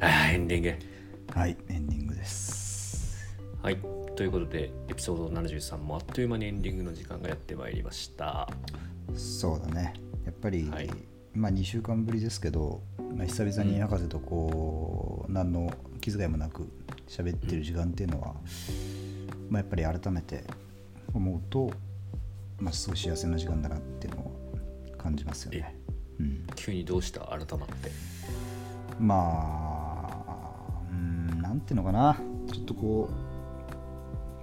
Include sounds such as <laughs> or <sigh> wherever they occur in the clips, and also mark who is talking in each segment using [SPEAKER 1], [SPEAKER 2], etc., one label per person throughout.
[SPEAKER 1] あ <laughs> エンディング
[SPEAKER 2] はいエンディングです
[SPEAKER 1] はいということでエピソード73もあっという間にエンディングの時間がやってまいりました
[SPEAKER 2] そうだねやっぱり、
[SPEAKER 1] はい
[SPEAKER 2] まあ2週間ぶりですけど、まあ、久々に博士とこう、何の気遣いもなく喋ってる時間っていうのは、まあ、やっぱり改めて思うと、まあ、すごい幸せな時間だなっていうのを感じますよね、うん、
[SPEAKER 1] 急にどうした改まって
[SPEAKER 2] まあうんなんていうのかなちょっとこう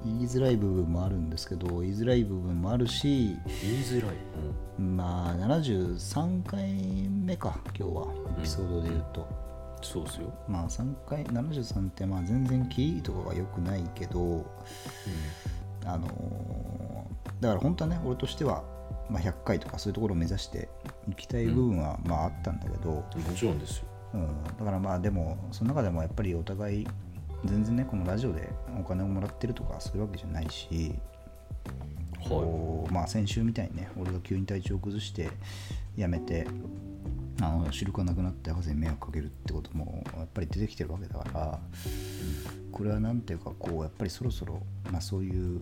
[SPEAKER 2] 言いづらい部分もあるんですけど言いづらい部分もあるし
[SPEAKER 1] 言いづらい、
[SPEAKER 2] まあ73回目か今日はエピソードで言うと、
[SPEAKER 1] そうっすよ、
[SPEAKER 2] まあ3回73ってまあ全然キーとかが良くないけどあのーだから本当はね俺としては、まあ、100回とかそういうところを目指していきたい部分はまああったんだけど、
[SPEAKER 1] もちろんですよ
[SPEAKER 2] うん、だからまあでもその中でもやっぱりお互い全然ねこのラジオでお金をもらってるとかそういうわけじゃないし、
[SPEAKER 1] は
[SPEAKER 2] こうまあ、先週みたいにね俺が急に体調を崩して辞めてあの主力がなくなって博士に迷惑かけるってこともやっぱり出てきてるわけだからこれはなんていうかこうやっぱりそろそろ、まあ、そういう
[SPEAKER 1] い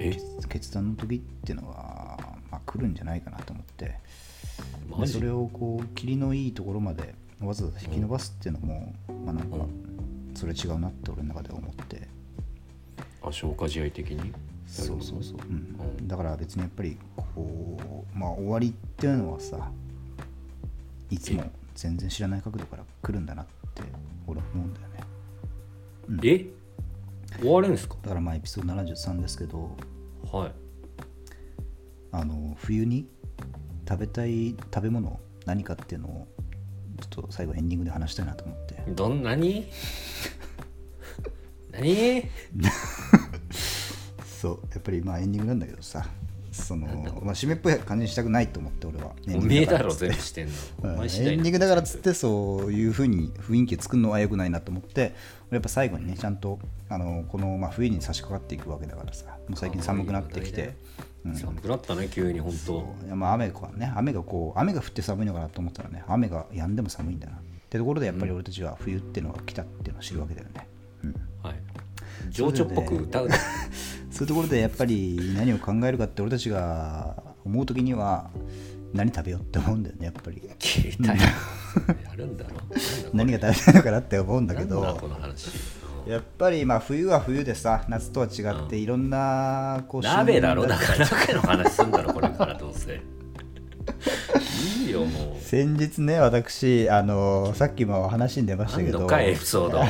[SPEAKER 1] え
[SPEAKER 2] 決決断の時っていうのは、まあ、来るんじゃないかなと思って。
[SPEAKER 1] マ
[SPEAKER 2] でそ
[SPEAKER 1] ジ
[SPEAKER 2] れをこう霧のいいところまでわざわざ引き伸ばすっていうのも、まあなんか
[SPEAKER 1] う
[SPEAKER 2] それ違うなって俺の中では思って
[SPEAKER 1] あ消化試合的に
[SPEAKER 2] そうそうそう、うん
[SPEAKER 1] うん
[SPEAKER 2] だから別にやっぱりこうまあ終わりっていうのはさいつも全然知らない角度から来るんだなって俺は思うんだよね
[SPEAKER 1] え終わるんですか
[SPEAKER 2] だからまあエピソード73ですけど
[SPEAKER 1] はい
[SPEAKER 2] あの冬に食べたい食べ物何かっていうのをちょっと最後エンディングで話したいなと思って
[SPEAKER 1] どんなに <laughs> 何
[SPEAKER 2] そうやっぱりまあエンディングなんだけどさその、まあ、締めっぽい感じにしたくないと思って俺は
[SPEAKER 1] おめえだろ
[SPEAKER 2] エンディングからっつって
[SPEAKER 1] 全部してんの <laughs> お
[SPEAKER 2] うん
[SPEAKER 1] 前次
[SPEAKER 2] エ
[SPEAKER 1] 第
[SPEAKER 2] ン
[SPEAKER 1] な
[SPEAKER 2] ディ
[SPEAKER 1] んだ
[SPEAKER 2] ングだからっつってそういうふうに雰囲気作るのは良くないなと思って俺やっぱ最後にねちゃんとあのこの、まあ、冬に差し掛かっていくわけだからさもう最近寒くなってきてうん
[SPEAKER 1] 寒くなったね急に本当
[SPEAKER 2] そういやまあ雨がね雨がこう雨が降って寒いのかなと思ったらね雨が止んでも寒いんだなってところでやっぱり俺たちは冬っていうのが来たっていうのを知るわけだよね、うん、
[SPEAKER 1] はい情緒っぽく歌うな
[SPEAKER 2] そういうところでやっぱり何を考えるかって俺たちが思う時には何食べようって思うんだよねやっぱり
[SPEAKER 1] 携帯やるんだろ
[SPEAKER 2] 何が食べたいのかなって思うんだ
[SPEAKER 1] な
[SPEAKER 2] け
[SPEAKER 1] んだこ
[SPEAKER 2] ど
[SPEAKER 1] の話
[SPEAKER 2] やっぱりまあ冬は冬でさ夏とは違っていろんなこう
[SPEAKER 1] 鍋だろ
[SPEAKER 2] 旬
[SPEAKER 1] だから鍋の話すんだろこれからどうせいいよもう
[SPEAKER 2] 先日ね私あのさっきも話に出ました
[SPEAKER 1] 何
[SPEAKER 2] けど
[SPEAKER 1] 度かエピソードは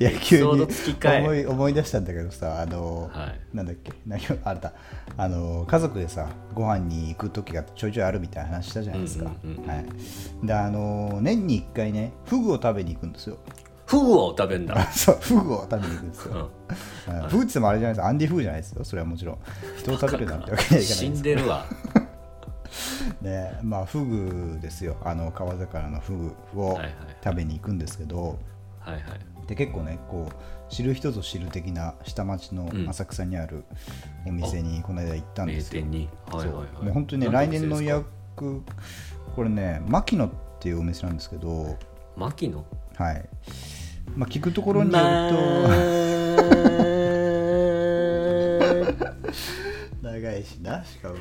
[SPEAKER 1] い
[SPEAKER 2] や急に
[SPEAKER 1] ソード付きかい
[SPEAKER 2] 思い思い出したんだけどさあの、
[SPEAKER 1] はい
[SPEAKER 2] なんだっけ何をあれだあの家族でさご飯に行く時がちょいちょいあるみたいな話したじゃないですか、
[SPEAKER 1] うんうんうん
[SPEAKER 2] はい、であの年に1回ねフグを食べに行くんですよ
[SPEAKER 1] フグを食べんだ、
[SPEAKER 2] そうフグを食べに行くんです
[SPEAKER 1] う <laughs>
[SPEAKER 2] よ、
[SPEAKER 1] ん
[SPEAKER 2] うんフグって言ってもあれじゃないですよアンディ・フグじゃないですよそれはもちろん人を食べるなんてわけにはいかな
[SPEAKER 1] 死 <laughs>
[SPEAKER 2] いで
[SPEAKER 1] ん
[SPEAKER 2] す
[SPEAKER 1] でるわ
[SPEAKER 2] でまあフグですよあの川魚のフグを
[SPEAKER 1] はいはい
[SPEAKER 2] 食べに行くんですけど、
[SPEAKER 1] はいはい
[SPEAKER 2] で結構ねこう知る人ぞ知る的な下町の
[SPEAKER 1] うん
[SPEAKER 2] 浅草にあるお店にこの間行ったんで
[SPEAKER 1] 名
[SPEAKER 2] すよ、
[SPEAKER 1] 店にはいはい
[SPEAKER 2] そう
[SPEAKER 1] はい
[SPEAKER 2] もう本当にね
[SPEAKER 1] な
[SPEAKER 2] 来
[SPEAKER 1] んてお店
[SPEAKER 2] 年の予
[SPEAKER 1] ですか
[SPEAKER 2] 約これね牧野っていうお店なんですけど
[SPEAKER 1] 牧野
[SPEAKER 2] はい、まあ、聞くところによると <laughs> 長いしなしかも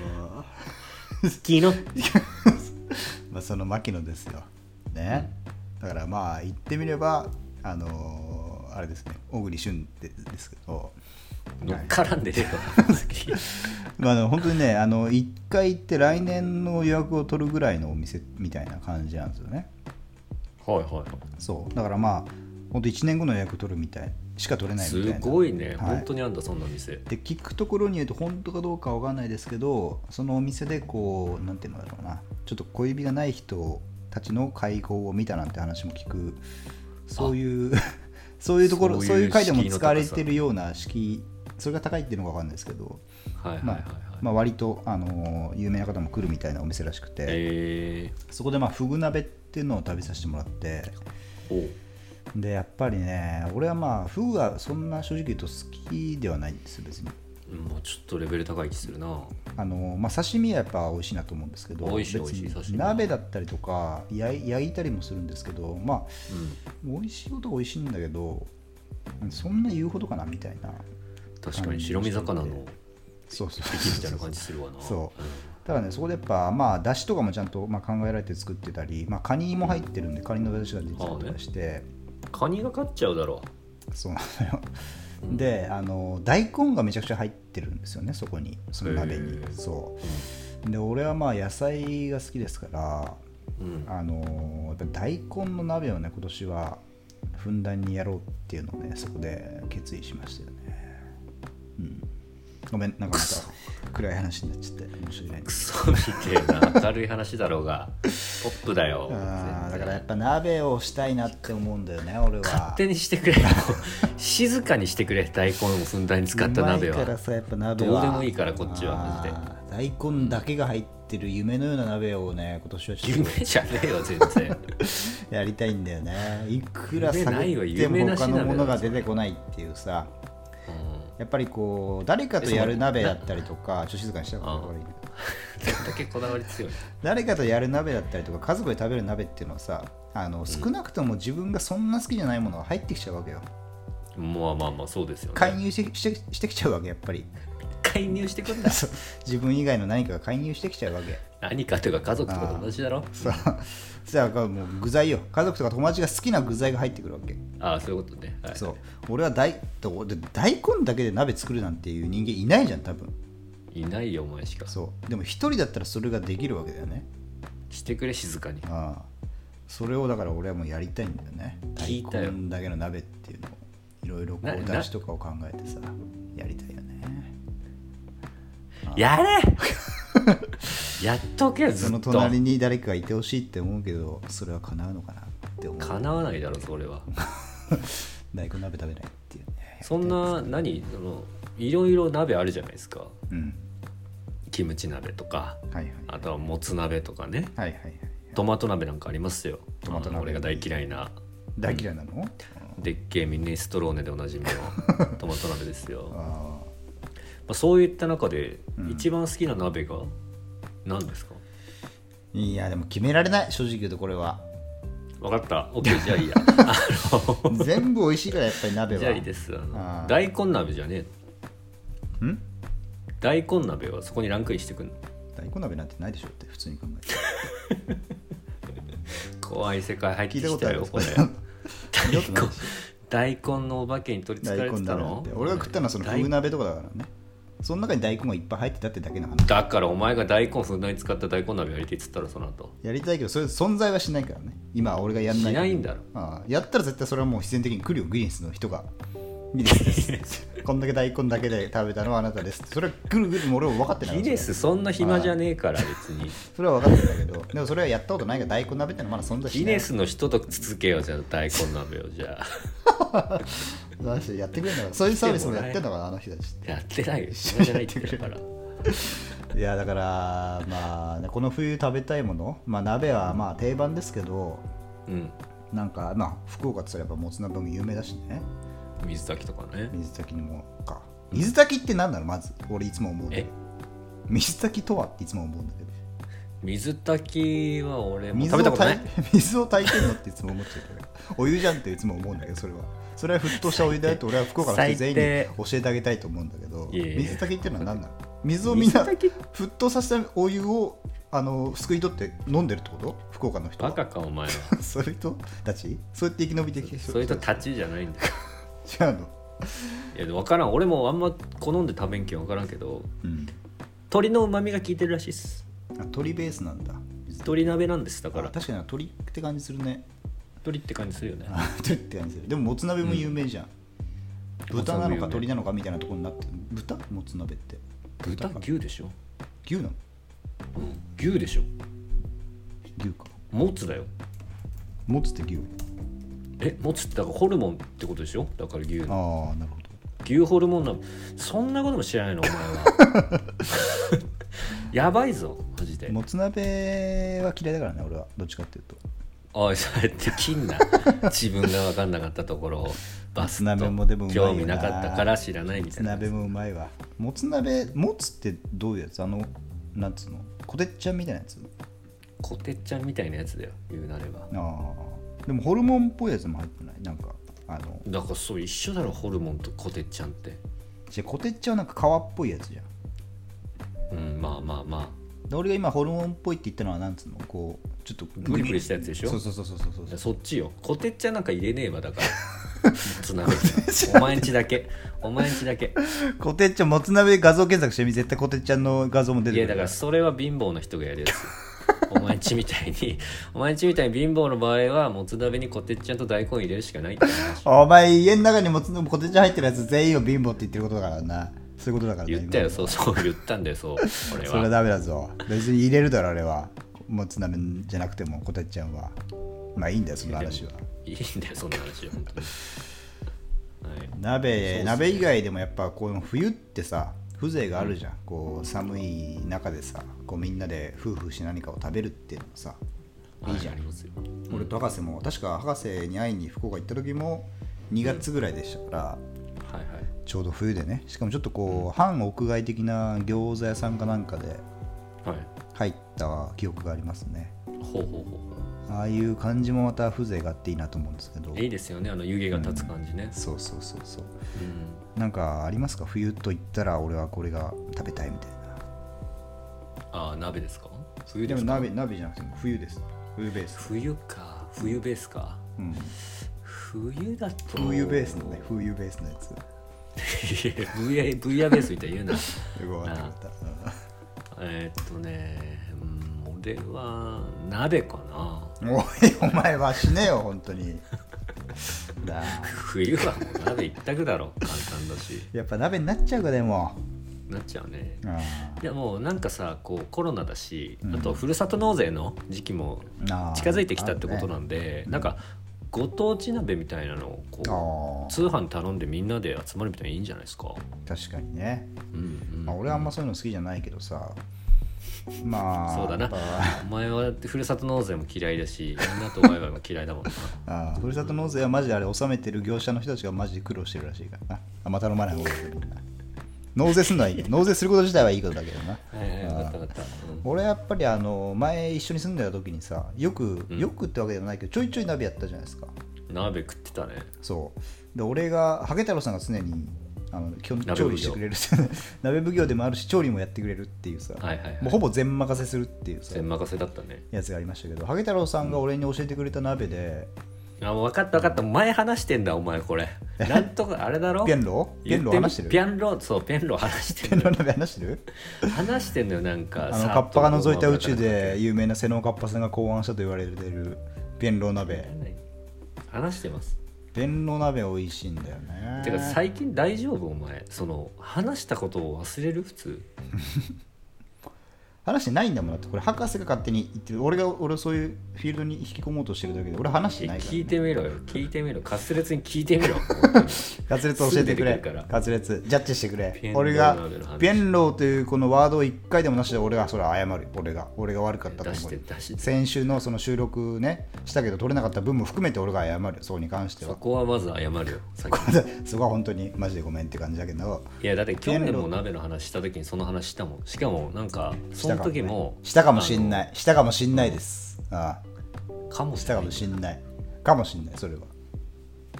[SPEAKER 1] 木の
[SPEAKER 2] まあその牧野ですよね、だからまあ言ってみればあのーあれですね小栗旬でですけど
[SPEAKER 1] 乗っからんでるよ
[SPEAKER 2] <laughs> まああの、本当にねあの1回行って来年の予約を取るぐらいのお店みたいな感じなんですよね
[SPEAKER 1] はいは
[SPEAKER 2] そうだからまあ本当1年後の予約取るみたいしか取れ
[SPEAKER 1] い
[SPEAKER 2] ない
[SPEAKER 1] す
[SPEAKER 2] みたいな
[SPEAKER 1] ごいね
[SPEAKER 2] はい
[SPEAKER 1] 本当にあんだそんな店
[SPEAKER 2] で聞くところによると本当かどうかわかんないですけどそのお店でこうなんていうんだろうなちょっと小指がない人たちの会合を見たなんて話も聞くそういう <laughs> そういうところ
[SPEAKER 1] そういう
[SPEAKER 2] そういう回でも
[SPEAKER 1] 敷居の高さ
[SPEAKER 2] 使われてるような敷居それが高いっていうのがわかんないですけど
[SPEAKER 1] はいはいはい
[SPEAKER 2] ま
[SPEAKER 1] は
[SPEAKER 2] あ
[SPEAKER 1] い
[SPEAKER 2] まあ、割と、あのー有名な方も来るみたいなお店らしくて、
[SPEAKER 1] え
[SPEAKER 2] そこで、まあ、フグ鍋っていうのを食べさせてもらって
[SPEAKER 1] ーおう
[SPEAKER 2] でやっぱりね俺はまあフグがそんな正直言うと好きではないんですよ別に
[SPEAKER 1] うんまあ、ちょっとレベル高い気するな
[SPEAKER 2] あのまあ、刺身はやっぱ美味しいなと思うんですけど
[SPEAKER 1] 美味しい
[SPEAKER 2] 別に
[SPEAKER 1] 美味しい刺身は
[SPEAKER 2] 鍋だったりとか焼い焼いたりもするんですけど、まあ、
[SPEAKER 1] う
[SPEAKER 2] 美味しいことは美味しいんだけどそんな言うほどかなみたいなん
[SPEAKER 1] 確かに白身魚の
[SPEAKER 2] そうそう
[SPEAKER 1] 生きみたいな感じするわな
[SPEAKER 2] そ
[SPEAKER 1] うん
[SPEAKER 2] だからねそこでやっぱまあだしとかもちゃんと、まあ、考えられて作ってたり、まあ、カニも入ってるんでカニのだしが出てたりとかして
[SPEAKER 1] カニが勝っちゃうだろ
[SPEAKER 2] そうなのよであの大根がめちゃくちゃ入ってるんですよねそこにその鍋に
[SPEAKER 1] へー
[SPEAKER 2] そうで俺はまあ野菜が好きですから
[SPEAKER 1] う、うん、
[SPEAKER 2] あのやっぱ大根の鍋をね今年はふんだんにやろうっていうのをねそこで決意しましたよねうんごめんなんかまた暗い話になっちゃって面白いね
[SPEAKER 1] クソみてえ
[SPEAKER 2] <laughs>
[SPEAKER 1] な明るい話だろうがポップだよ
[SPEAKER 2] あーだから
[SPEAKER 1] 全
[SPEAKER 2] やっ
[SPEAKER 1] 然
[SPEAKER 2] ぱ鍋をしたいなって思うんだよね俺は
[SPEAKER 1] 勝手にしてくれよ静かにしてくれ大根をふんだんに使った鍋
[SPEAKER 2] うまいから
[SPEAKER 1] は
[SPEAKER 2] さやっぱ鍋は
[SPEAKER 1] どうでもいいからこっちはマジで
[SPEAKER 2] あー大根だけが入ってる夢のような鍋をね今年はちょっ
[SPEAKER 1] 夢じゃねえよ全然
[SPEAKER 2] とやりたいんだよねいくら
[SPEAKER 1] 夢
[SPEAKER 2] 探っ
[SPEAKER 1] ないよ
[SPEAKER 2] て
[SPEAKER 1] 夢
[SPEAKER 2] も
[SPEAKER 1] なし
[SPEAKER 2] 他
[SPEAKER 1] 鍋だ
[SPEAKER 2] のものが出てこないっていうさ
[SPEAKER 1] うん
[SPEAKER 2] やっぱりこう誰かとやる鍋だったりとかちょっと静かにしたから
[SPEAKER 1] あー
[SPEAKER 2] 悪いね
[SPEAKER 1] どんだけこだわり強い
[SPEAKER 2] 誰かとやる鍋だったりとか家族で食べる鍋っていうのはさあの少なくとも自分がそんな好きじゃないものが入ってきちゃうわけよ
[SPEAKER 1] まあまあまあそうですよね
[SPEAKER 2] 介入してしてしてきちゃうわけやっぱり
[SPEAKER 1] 介入してくんだ
[SPEAKER 2] そう <laughs> 自分以外の何かが介入してきちゃうわけ
[SPEAKER 1] 何かというか家族とかと同じだろ
[SPEAKER 2] さあじゃあもう具材よ家族とか友達が好きな具材が入ってくるわけ、
[SPEAKER 1] ああそういうことね、はい、
[SPEAKER 2] そう俺は大とで大根だけで鍋作るなんていう人間いないじゃん多分
[SPEAKER 1] いないよお前しか
[SPEAKER 2] そうでも一人だったらそれができるわけだよね
[SPEAKER 1] してくれ静かに
[SPEAKER 2] ああそれをだから俺はもうやりたいんだよね
[SPEAKER 1] 聞いたよ
[SPEAKER 2] 大根だけの鍋っていうのをいろいろこ
[SPEAKER 1] な
[SPEAKER 2] う
[SPEAKER 1] な
[SPEAKER 2] だしとかを考えてさやりたいよね
[SPEAKER 1] やれ <laughs> やっとけよず
[SPEAKER 2] そ
[SPEAKER 1] っ
[SPEAKER 2] の
[SPEAKER 1] と
[SPEAKER 2] 隣に誰かがいてほしいって思うけどそれは叶うのかなって思う
[SPEAKER 1] 叶わないだろそれは
[SPEAKER 2] 大根鍋食べないっていうね
[SPEAKER 1] そんな何そのいろいろ鍋あるじゃないですか
[SPEAKER 2] うん
[SPEAKER 1] キムチ鍋とか
[SPEAKER 2] はいはい
[SPEAKER 1] あとはもつ鍋とかね
[SPEAKER 2] はいはいはい
[SPEAKER 1] トマト鍋なんかありますよ
[SPEAKER 2] トマト鍋
[SPEAKER 1] あの俺が大嫌いな
[SPEAKER 2] 大嫌いなの、
[SPEAKER 1] でっけえミネストローネでおな
[SPEAKER 2] <laughs>
[SPEAKER 1] じみのトマト鍋ですよ、ま
[SPEAKER 2] あ
[SPEAKER 1] あ、そういった中で
[SPEAKER 2] うん
[SPEAKER 1] 一番好きな鍋が何ですか、
[SPEAKER 2] ーいやでも決められない正直言うとこれ <laughs> は
[SPEAKER 1] 分かった OK
[SPEAKER 2] <laughs>
[SPEAKER 1] じゃあいいやあの
[SPEAKER 2] 全部美味しいからやっぱり鍋は
[SPEAKER 1] じゃあいいですあの
[SPEAKER 2] あー
[SPEAKER 1] 大根鍋じゃねえの
[SPEAKER 2] ん
[SPEAKER 1] 大根鍋はそこにランクインしてくんの
[SPEAKER 2] 大根鍋なんてないでしょって普通に考えて
[SPEAKER 1] 怖い世界入って
[SPEAKER 2] 聞いた
[SPEAKER 1] き
[SPEAKER 2] こと
[SPEAKER 1] た
[SPEAKER 2] あ <laughs> る
[SPEAKER 1] よこれ
[SPEAKER 2] 聞いたことないでし
[SPEAKER 1] 大根のお化けに取りつか
[SPEAKER 2] <laughs> 大
[SPEAKER 1] れ
[SPEAKER 2] 根
[SPEAKER 1] てた
[SPEAKER 2] 鍋なん
[SPEAKER 1] の
[SPEAKER 2] て俺が食ったのはその
[SPEAKER 1] 大
[SPEAKER 2] 風鍋とかだからねその中に大根がいっぱい入ってたってだけの話
[SPEAKER 1] だからお前が大根ふんだんに使った大根鍋やりてっつったらその後
[SPEAKER 2] やりたいけどそれ存在はしないからね今は俺がやん
[SPEAKER 1] し
[SPEAKER 2] ない
[SPEAKER 1] ないんだろ
[SPEAKER 2] ああやったら絶対それはもう必然的に来るよグリーンス
[SPEAKER 1] <laughs>
[SPEAKER 2] の人がギネスですこんだけ大根だけで食べたのはあなたですそれはぐるぐるも俺も分かってない
[SPEAKER 1] ギネスそんな暇じゃねえから別に
[SPEAKER 2] それは分かってたけどでもそれはやったことないから大根鍋ってのはまだ存在し
[SPEAKER 1] ギ
[SPEAKER 2] ない
[SPEAKER 1] ネスの人と続けようじゃあ大根鍋をじゃ
[SPEAKER 2] <laughs>
[SPEAKER 1] あ
[SPEAKER 2] マジでやってくれんだからそういうサービスもやってんのかなあの人たちっ
[SPEAKER 1] やってないよ暇じゃないって言う
[SPEAKER 2] <laughs>
[SPEAKER 1] から
[SPEAKER 2] ていやだからまあねこの冬食べたいもの、まあ、鍋はまあ定番ですけど
[SPEAKER 1] うん
[SPEAKER 2] なんかまあ福岡って言ったらやっぱもつ鍋も有名だしね
[SPEAKER 1] 水炊きとかね
[SPEAKER 2] 水炊きにもか水炊きって何なのまず俺いつも思うんだけど
[SPEAKER 1] え
[SPEAKER 2] 水炊きとはっていつも思うんだけど
[SPEAKER 1] 水炊きは俺も
[SPEAKER 2] 水
[SPEAKER 1] 食
[SPEAKER 2] を
[SPEAKER 1] べたことな
[SPEAKER 2] 炊
[SPEAKER 1] い
[SPEAKER 2] い水を炊いて <laughs> るのっていつも思っちゃうけどお湯じゃんっていつも思うんだけどそれはそれは沸騰したお湯だよって俺は福岡の人全員に
[SPEAKER 1] 最
[SPEAKER 2] 教えてあげたいと思うんだけど
[SPEAKER 1] いやいや
[SPEAKER 2] 水炊きっていうのは何なの水をみんな
[SPEAKER 1] 水炊き
[SPEAKER 2] 沸騰させたお湯をあのすくい取って飲んでるってこと福岡の人
[SPEAKER 1] バ
[SPEAKER 2] は
[SPEAKER 1] カかお
[SPEAKER 2] <laughs>
[SPEAKER 1] 前は
[SPEAKER 2] そういう人たちそうやって生き延びてきてる人
[SPEAKER 1] そういう人たちじゃないんだよ
[SPEAKER 2] 違うの
[SPEAKER 1] いや分からん俺もあんま好んで食べんけん分からんけど
[SPEAKER 2] うん
[SPEAKER 1] 鶏のうまみが効いてるらしいっす
[SPEAKER 2] あ鶏ベースなんだ
[SPEAKER 1] 鶏鍋なんですだか
[SPEAKER 2] あ
[SPEAKER 1] ら
[SPEAKER 2] 確かに鶏って感じするね
[SPEAKER 1] 鶏って感じするよね
[SPEAKER 2] あ鶏って感じするでももつ鍋も有名じゃん、豚な
[SPEAKER 1] もつ鍋有名
[SPEAKER 2] のか鶏なのかみたいなところになってる豚もつ鍋って
[SPEAKER 1] 豚
[SPEAKER 2] か
[SPEAKER 1] 牛でしょ
[SPEAKER 2] 牛なの
[SPEAKER 1] 牛でしょ
[SPEAKER 2] 牛か
[SPEAKER 1] もつだよ
[SPEAKER 2] もつって牛
[SPEAKER 1] えもつってだからホルモンってことでしょだから牛の
[SPEAKER 2] ああなるほど
[SPEAKER 1] 牛ホルモンなのそんなことも知らないのお前は
[SPEAKER 2] <laughs>
[SPEAKER 1] やばいぞマジで
[SPEAKER 2] もつ鍋は嫌いだからね俺はどっちかっていうと
[SPEAKER 1] おいそうやって切んな自分が分かんなかったところをバス
[SPEAKER 2] もつ鍋もでもうまいよな
[SPEAKER 1] 興味なかったから知らないみ
[SPEAKER 2] も
[SPEAKER 1] た
[SPEAKER 2] つ
[SPEAKER 1] いな
[SPEAKER 2] 鍋もうまいわもつ鍋もつってどういうやつあのなんつうのこてっちゃんみたいなやつ
[SPEAKER 1] こてっちゃんみたいなやつだよ言うなれば
[SPEAKER 2] ああでもホルモンっぽいやつも入ってないなんかあの
[SPEAKER 1] だからそう一緒だろホルモンとこてっちゃんって
[SPEAKER 2] じゃこてっちゃんはなんか皮っぽいやつじゃん
[SPEAKER 1] うんまあまあま
[SPEAKER 2] で俺が今ホルモンっぽいって言ったのはなんつうのこうちょっと
[SPEAKER 1] プリプリしたやつでしょ
[SPEAKER 2] そうそうそうそうそうそう
[SPEAKER 1] あそっちよこてっちゃんなんか入れねえわだから
[SPEAKER 2] <laughs>
[SPEAKER 1] つながお前んちだけお前んちだけ
[SPEAKER 2] こてっちゃんもつ鍋で画像検索してみ絶対こてっちゃんの画像も出
[SPEAKER 1] い
[SPEAKER 2] て
[SPEAKER 1] や
[SPEAKER 2] く
[SPEAKER 1] だ
[SPEAKER 2] る
[SPEAKER 1] からそれは貧乏な人がやるやつよお前んちみたいにお前んちみたいに貧乏の場合はもつ鍋にこてっちゃんと大根入れるしかないって話
[SPEAKER 2] お前家の中にもつこてっちゃん入ってるやつ全員を貧乏って言ってることだからなそういうことだからな
[SPEAKER 1] 言
[SPEAKER 2] <laughs>
[SPEAKER 1] ったよ
[SPEAKER 2] 今
[SPEAKER 1] そうそう言ったんだよそう俺
[SPEAKER 2] それは
[SPEAKER 1] は
[SPEAKER 2] ダメだぞ別に入れるだろあれはもつ鍋じゃなくてもこてっちゃんはまあいいんだよその話はい
[SPEAKER 1] いんだよそんな話は本当にはい
[SPEAKER 2] 鍋鍋以外でもやっぱこう冬ってさ風情があるじゃん、こう寒い中でさこうみんなで夫婦して何かを食べるっていうのもさいいじゃ
[SPEAKER 1] は
[SPEAKER 2] ん、
[SPEAKER 1] ありますよ
[SPEAKER 2] 俺と博士も確か博士に会いに福岡行った時も2月ぐらいでしたから、
[SPEAKER 1] はいはい
[SPEAKER 2] ちょうど冬でねしかもちょっとこう半屋外的な餃子屋さんかなんかで
[SPEAKER 1] はい
[SPEAKER 2] 入った記憶がありますね
[SPEAKER 1] ほうほうほうほ
[SPEAKER 2] ああいう感じもまた風情があっていいなと思うんですけど
[SPEAKER 1] ういいですよねあの湯気が立つ感じね
[SPEAKER 2] そうそうそうそう
[SPEAKER 1] うん
[SPEAKER 2] なんかありますか冬と言ったら俺はこれが食べたいみたいな
[SPEAKER 1] ああ鍋ですか冬で
[SPEAKER 2] でも
[SPEAKER 1] すか
[SPEAKER 2] 鍋鍋じゃなくても冬です冬ベース、
[SPEAKER 1] 冬か冬ベースか
[SPEAKER 2] うん、
[SPEAKER 1] 冬だと
[SPEAKER 2] 冬ベースのね冬ベースのや
[SPEAKER 1] <laughs>
[SPEAKER 2] つ
[SPEAKER 1] いやブイヤブイヤベースみたいに言うな <laughs>
[SPEAKER 2] よく分かったよかった
[SPEAKER 1] えーっとねうん俺は鍋かな
[SPEAKER 2] おいお前は死ねよ本
[SPEAKER 1] <laughs>
[SPEAKER 2] 当にだ
[SPEAKER 1] 冬はもう鍋一択だろ簡単だし
[SPEAKER 2] やっぱ鍋になっちゃうかでも
[SPEAKER 1] なっちゃうね
[SPEAKER 2] あ
[SPEAKER 1] いやもうなんかさこうコロナだし、
[SPEAKER 2] うん
[SPEAKER 1] あとふるさと納税の時期も
[SPEAKER 2] あ
[SPEAKER 1] 近づいてきたってことなんで、
[SPEAKER 2] うん
[SPEAKER 1] なんかご当地鍋みたいなのを
[SPEAKER 2] あ
[SPEAKER 1] こ
[SPEAKER 2] あ
[SPEAKER 1] う通販頼んでみんなで集まるみたいにいいんじゃないですか、
[SPEAKER 2] 確かにね、
[SPEAKER 1] うんうん
[SPEAKER 2] まあ、俺はあんまそういうの好きじゃないけどさまあ
[SPEAKER 1] そうだ
[SPEAKER 2] や
[SPEAKER 1] な
[SPEAKER 2] っぱ
[SPEAKER 1] お前はふるさと納税も嫌いだしみんなとワイワイも嫌いだも
[SPEAKER 2] <laughs>
[SPEAKER 1] んな
[SPEAKER 2] ああふるさと納税はマジであれ納めてる業者の人たちがマジで苦労してるらしいからなあまた飲まない方がいいけどな納税するのはいい納税すること自体はいいことだけどな
[SPEAKER 1] はいはい分かった分かった、うん
[SPEAKER 2] 俺はやっぱりあの前一緒に住んでた時にさよくよくってわけではないけどちょいちょい鍋やったじゃないですか
[SPEAKER 1] 鍋食ってたね
[SPEAKER 2] そうで俺がハゲ太郎さんが常にあの基本
[SPEAKER 1] 鍋奉行
[SPEAKER 2] 調理してくれる <laughs> 鍋奉行でもあるし調理もやってくれるっていうさ、
[SPEAKER 1] はいはいはい
[SPEAKER 2] もうほぼ全任せするっていうさ
[SPEAKER 1] 全任せだったね
[SPEAKER 2] やつがありましたけどハゲ太郎さんが俺に教えてくれた鍋で、
[SPEAKER 1] あもう分かった分かった前話してんだお前これなんとかあれだろ
[SPEAKER 2] ピャンロピャン
[SPEAKER 1] 言
[SPEAKER 2] ロ
[SPEAKER 1] ってみ
[SPEAKER 2] 話してる
[SPEAKER 1] ピャンロそうピャンロ <laughs> 話して
[SPEAKER 2] 天
[SPEAKER 1] んの
[SPEAKER 2] 皇
[SPEAKER 1] よ
[SPEAKER 2] 鍋話してる
[SPEAKER 1] 話してんのよなんか
[SPEAKER 2] あ
[SPEAKER 1] さ
[SPEAKER 2] の
[SPEAKER 1] っ
[SPEAKER 2] カッ
[SPEAKER 1] と
[SPEAKER 2] パが覗いた宇宙で有名な瀬能カッパさんが考案したと言われてる弁老鍋
[SPEAKER 1] 話してます
[SPEAKER 2] 弁老鍋美味しいんだよね
[SPEAKER 1] てか最近大丈夫お前その話したことを忘れる普通
[SPEAKER 2] 話してないんだもんだってこれ博士が勝手に言ってる俺が俺をそういうフィールドに引き込もうとしてるだけで俺話してないから、ね、
[SPEAKER 1] 聞いてみろ
[SPEAKER 2] <laughs>
[SPEAKER 1] よ聞いてみろ滑舌に聞いてみろ
[SPEAKER 2] カツレツ教えてく
[SPEAKER 1] す
[SPEAKER 2] れ
[SPEAKER 1] ぐ出てくるから
[SPEAKER 2] カツレツジャッジしてく
[SPEAKER 1] ピエ
[SPEAKER 2] れ
[SPEAKER 1] ンロー
[SPEAKER 2] 俺が
[SPEAKER 1] 鍋の話
[SPEAKER 2] 弁老というこのワードを1回でもなしで俺がそれは謝る俺が俺が悪かったと
[SPEAKER 1] 出
[SPEAKER 2] 思
[SPEAKER 1] し
[SPEAKER 2] う
[SPEAKER 1] て出して
[SPEAKER 2] 先週のその収録ねしたけど取れなかった分も含めて俺が謝るそこに関して
[SPEAKER 1] そ
[SPEAKER 2] は <laughs>
[SPEAKER 1] こはまず謝るよ先に
[SPEAKER 2] そこは本当にマジでごめんって感じだけど
[SPEAKER 1] いやだって去年も鍋の話した時にその話したもんしかもなんかその時も
[SPEAKER 2] したかもしん
[SPEAKER 1] い
[SPEAKER 2] ないしたかもしんないですあ
[SPEAKER 1] かも
[SPEAKER 2] あ
[SPEAKER 1] し
[SPEAKER 2] し
[SPEAKER 1] れな
[SPEAKER 2] た
[SPEAKER 1] い
[SPEAKER 2] かもしんないかもしんないそれは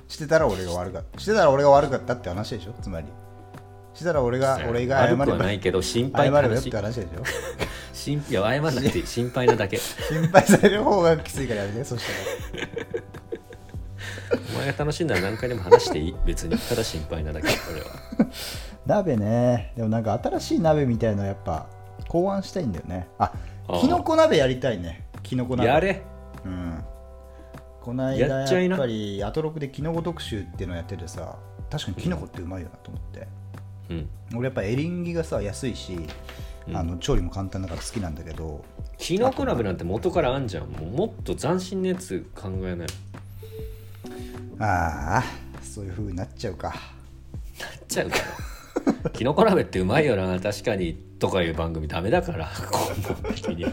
[SPEAKER 2] してたら俺が悪かったしてたら俺が悪かったって話でしょつまりしてたら俺が俺が謝れ
[SPEAKER 1] 悪くは
[SPEAKER 2] ば
[SPEAKER 1] ないけど心
[SPEAKER 2] 謝れ
[SPEAKER 1] 配な
[SPEAKER 2] ばよっ
[SPEAKER 1] 話
[SPEAKER 2] て話でしょ
[SPEAKER 1] 心いや謝らなくていい心配なだけ
[SPEAKER 2] 心配される方がきついからやめてそした
[SPEAKER 1] お前が楽しんだら何回でも話していい別にただ心配なだけ俺は
[SPEAKER 2] ら鍋ねでもなんか新しい鍋みたいのやっぱ考案したいんだよねあ
[SPEAKER 1] ああ
[SPEAKER 2] きのこ鍋やりたいねきのこ <laughs> 鍋
[SPEAKER 1] やれ
[SPEAKER 2] うんこの間
[SPEAKER 1] やっちゃい
[SPEAKER 2] や
[SPEAKER 1] な
[SPEAKER 2] っぱりアトロクでキノコ特集っていうのをやっててさ確かにキノコってうまいよなと思って、
[SPEAKER 1] うん
[SPEAKER 2] 俺やっぱエリンギがさ安いし、
[SPEAKER 1] うん
[SPEAKER 2] あの調理も簡単だから好きなんだけど
[SPEAKER 1] キノコ鍋なんて元からあんじゃんもうもっと斬新なやつ考えないなっ
[SPEAKER 2] ああそういう風になっちゃうか
[SPEAKER 1] ちゃうからキノコ鍋ってうまいよな確かにとかいう番組ダメだから根本的に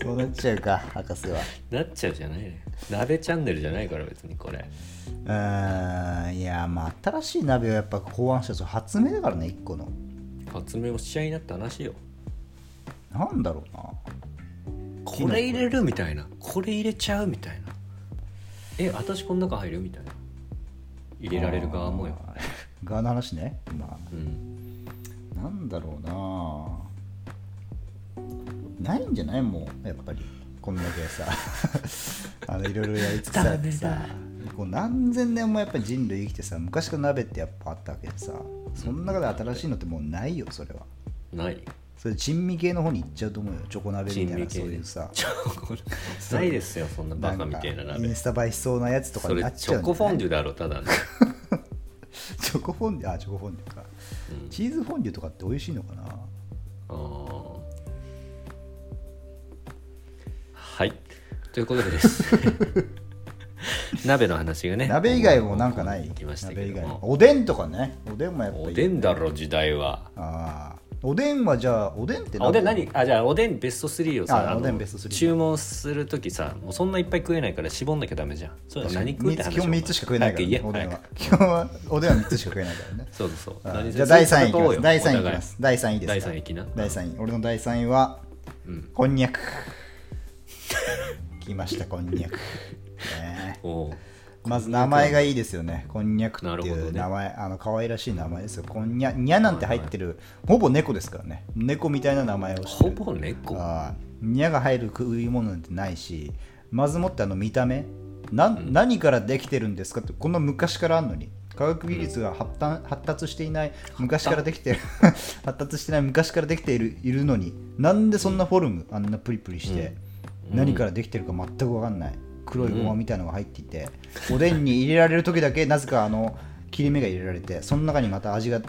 [SPEAKER 2] そうなっちゃうか博士は
[SPEAKER 1] なっちゃうじゃないね鍋チャンネルじゃないから別にこれ
[SPEAKER 2] うーんいやまあ新しい鍋をやっぱ考案したやつは発明だからね一個の
[SPEAKER 1] 発明をしちゃいになった話よ
[SPEAKER 2] なんだろうな
[SPEAKER 1] これ入れるみたいなこれ入れちゃうみたいなえ私この中入るみたいな入れられる側もよ
[SPEAKER 2] あー側の話ね今
[SPEAKER 1] うん
[SPEAKER 2] なんだろうなないんじゃないもうやっぱりこんだけさ <laughs> あのいろいろやりつつさ
[SPEAKER 1] ダメだ
[SPEAKER 2] こう何千年もやっぱり人類生きてさ昔から鍋ってやっぱあったわけでさその中で新しいのってもうないよそれは
[SPEAKER 1] ない
[SPEAKER 2] それ珍味系の方に行っちゃうと思うよチョコ鍋みたい
[SPEAKER 1] 珍味
[SPEAKER 2] な
[SPEAKER 1] 系
[SPEAKER 2] そういうさ
[SPEAKER 1] ちょこれないですよそんなバカみたいな
[SPEAKER 2] なんかイ
[SPEAKER 1] 鍋
[SPEAKER 2] ンスタ映えしそうなやつとか
[SPEAKER 1] そ
[SPEAKER 2] に
[SPEAKER 1] れ
[SPEAKER 2] なっち
[SPEAKER 1] チ
[SPEAKER 2] ゃ
[SPEAKER 1] ョ
[SPEAKER 2] うんじゃ
[SPEAKER 1] コ
[SPEAKER 2] ない
[SPEAKER 1] フォンデュだろただの
[SPEAKER 2] チョコフォンデュあチョコフォンデュか、
[SPEAKER 1] うん
[SPEAKER 2] チーズフォンデュとかって美味しいのかな
[SPEAKER 1] あーはいということでです
[SPEAKER 2] <laughs>
[SPEAKER 1] 鍋の話がね
[SPEAKER 2] 鍋以外もなんかない
[SPEAKER 1] 行きました
[SPEAKER 2] 鍋
[SPEAKER 1] け
[SPEAKER 2] 以
[SPEAKER 1] ど
[SPEAKER 2] 外も
[SPEAKER 1] も
[SPEAKER 2] おでんとかねおでんもやっぱいい
[SPEAKER 1] おでんだろ時代は
[SPEAKER 2] ああおでんはじゃあおでんって
[SPEAKER 1] あおでん何あじゃあおでんベスト3をさ
[SPEAKER 2] あ
[SPEAKER 1] あの
[SPEAKER 2] おでんベスト3
[SPEAKER 1] 注文するときさもうそんないっぱい食えないから絞んなきゃダメじゃんそうだ
[SPEAKER 2] 確か
[SPEAKER 1] 何
[SPEAKER 2] に
[SPEAKER 1] 食うって
[SPEAKER 2] 三つ
[SPEAKER 1] 話
[SPEAKER 2] 基本3つしか食えないからね
[SPEAKER 1] お
[SPEAKER 2] お
[SPEAKER 1] で
[SPEAKER 2] で
[SPEAKER 1] ん
[SPEAKER 2] ん
[SPEAKER 1] は
[SPEAKER 2] は基本はおでんは3つしか食えないからね
[SPEAKER 1] そうそうそう
[SPEAKER 2] あ
[SPEAKER 1] 何
[SPEAKER 2] ー
[SPEAKER 1] せ
[SPEAKER 2] じゃあ第3位い
[SPEAKER 1] ずっ
[SPEAKER 2] き
[SPEAKER 1] と
[SPEAKER 2] ま
[SPEAKER 1] 食おうよ
[SPEAKER 2] す第
[SPEAKER 1] お
[SPEAKER 2] 3位いき
[SPEAKER 1] 互
[SPEAKER 2] ます第3位です
[SPEAKER 1] 第
[SPEAKER 2] か
[SPEAKER 1] 3位いきな
[SPEAKER 2] 第3位俺の第3位は
[SPEAKER 1] うん
[SPEAKER 2] こんにゃ
[SPEAKER 1] <laughs>
[SPEAKER 2] く来ましたこんにゃくね
[SPEAKER 1] おう
[SPEAKER 2] まず名前がいいですよね。こんにゃく
[SPEAKER 1] な
[SPEAKER 2] っ
[SPEAKER 1] る
[SPEAKER 2] て
[SPEAKER 1] ほ
[SPEAKER 2] い
[SPEAKER 1] ど
[SPEAKER 2] う
[SPEAKER 1] ね
[SPEAKER 2] 名前、あの可愛らしい名前ですよ。こんにゃ、にゃなんて入ってる、ほぼ猫ですからね。猫みたいな名前をして
[SPEAKER 1] ほ
[SPEAKER 2] る。
[SPEAKER 1] ぼ猫
[SPEAKER 2] あーにゃが入る食い物なんてないし、まずもってあの見た目、なん何からできてるんですかって、こんな昔からあるのに。科学技術が発達発達していない、昔からできてる、 <laughs> 発達してない昔からできているいるのに、なんでそんなフォルム、あんなプリプリして。何からできてるか全く分かんない黒いごまみたいのが入っていて、おでんに入れられる時だけなぜかあの切れ目が入れられてその中にまた味が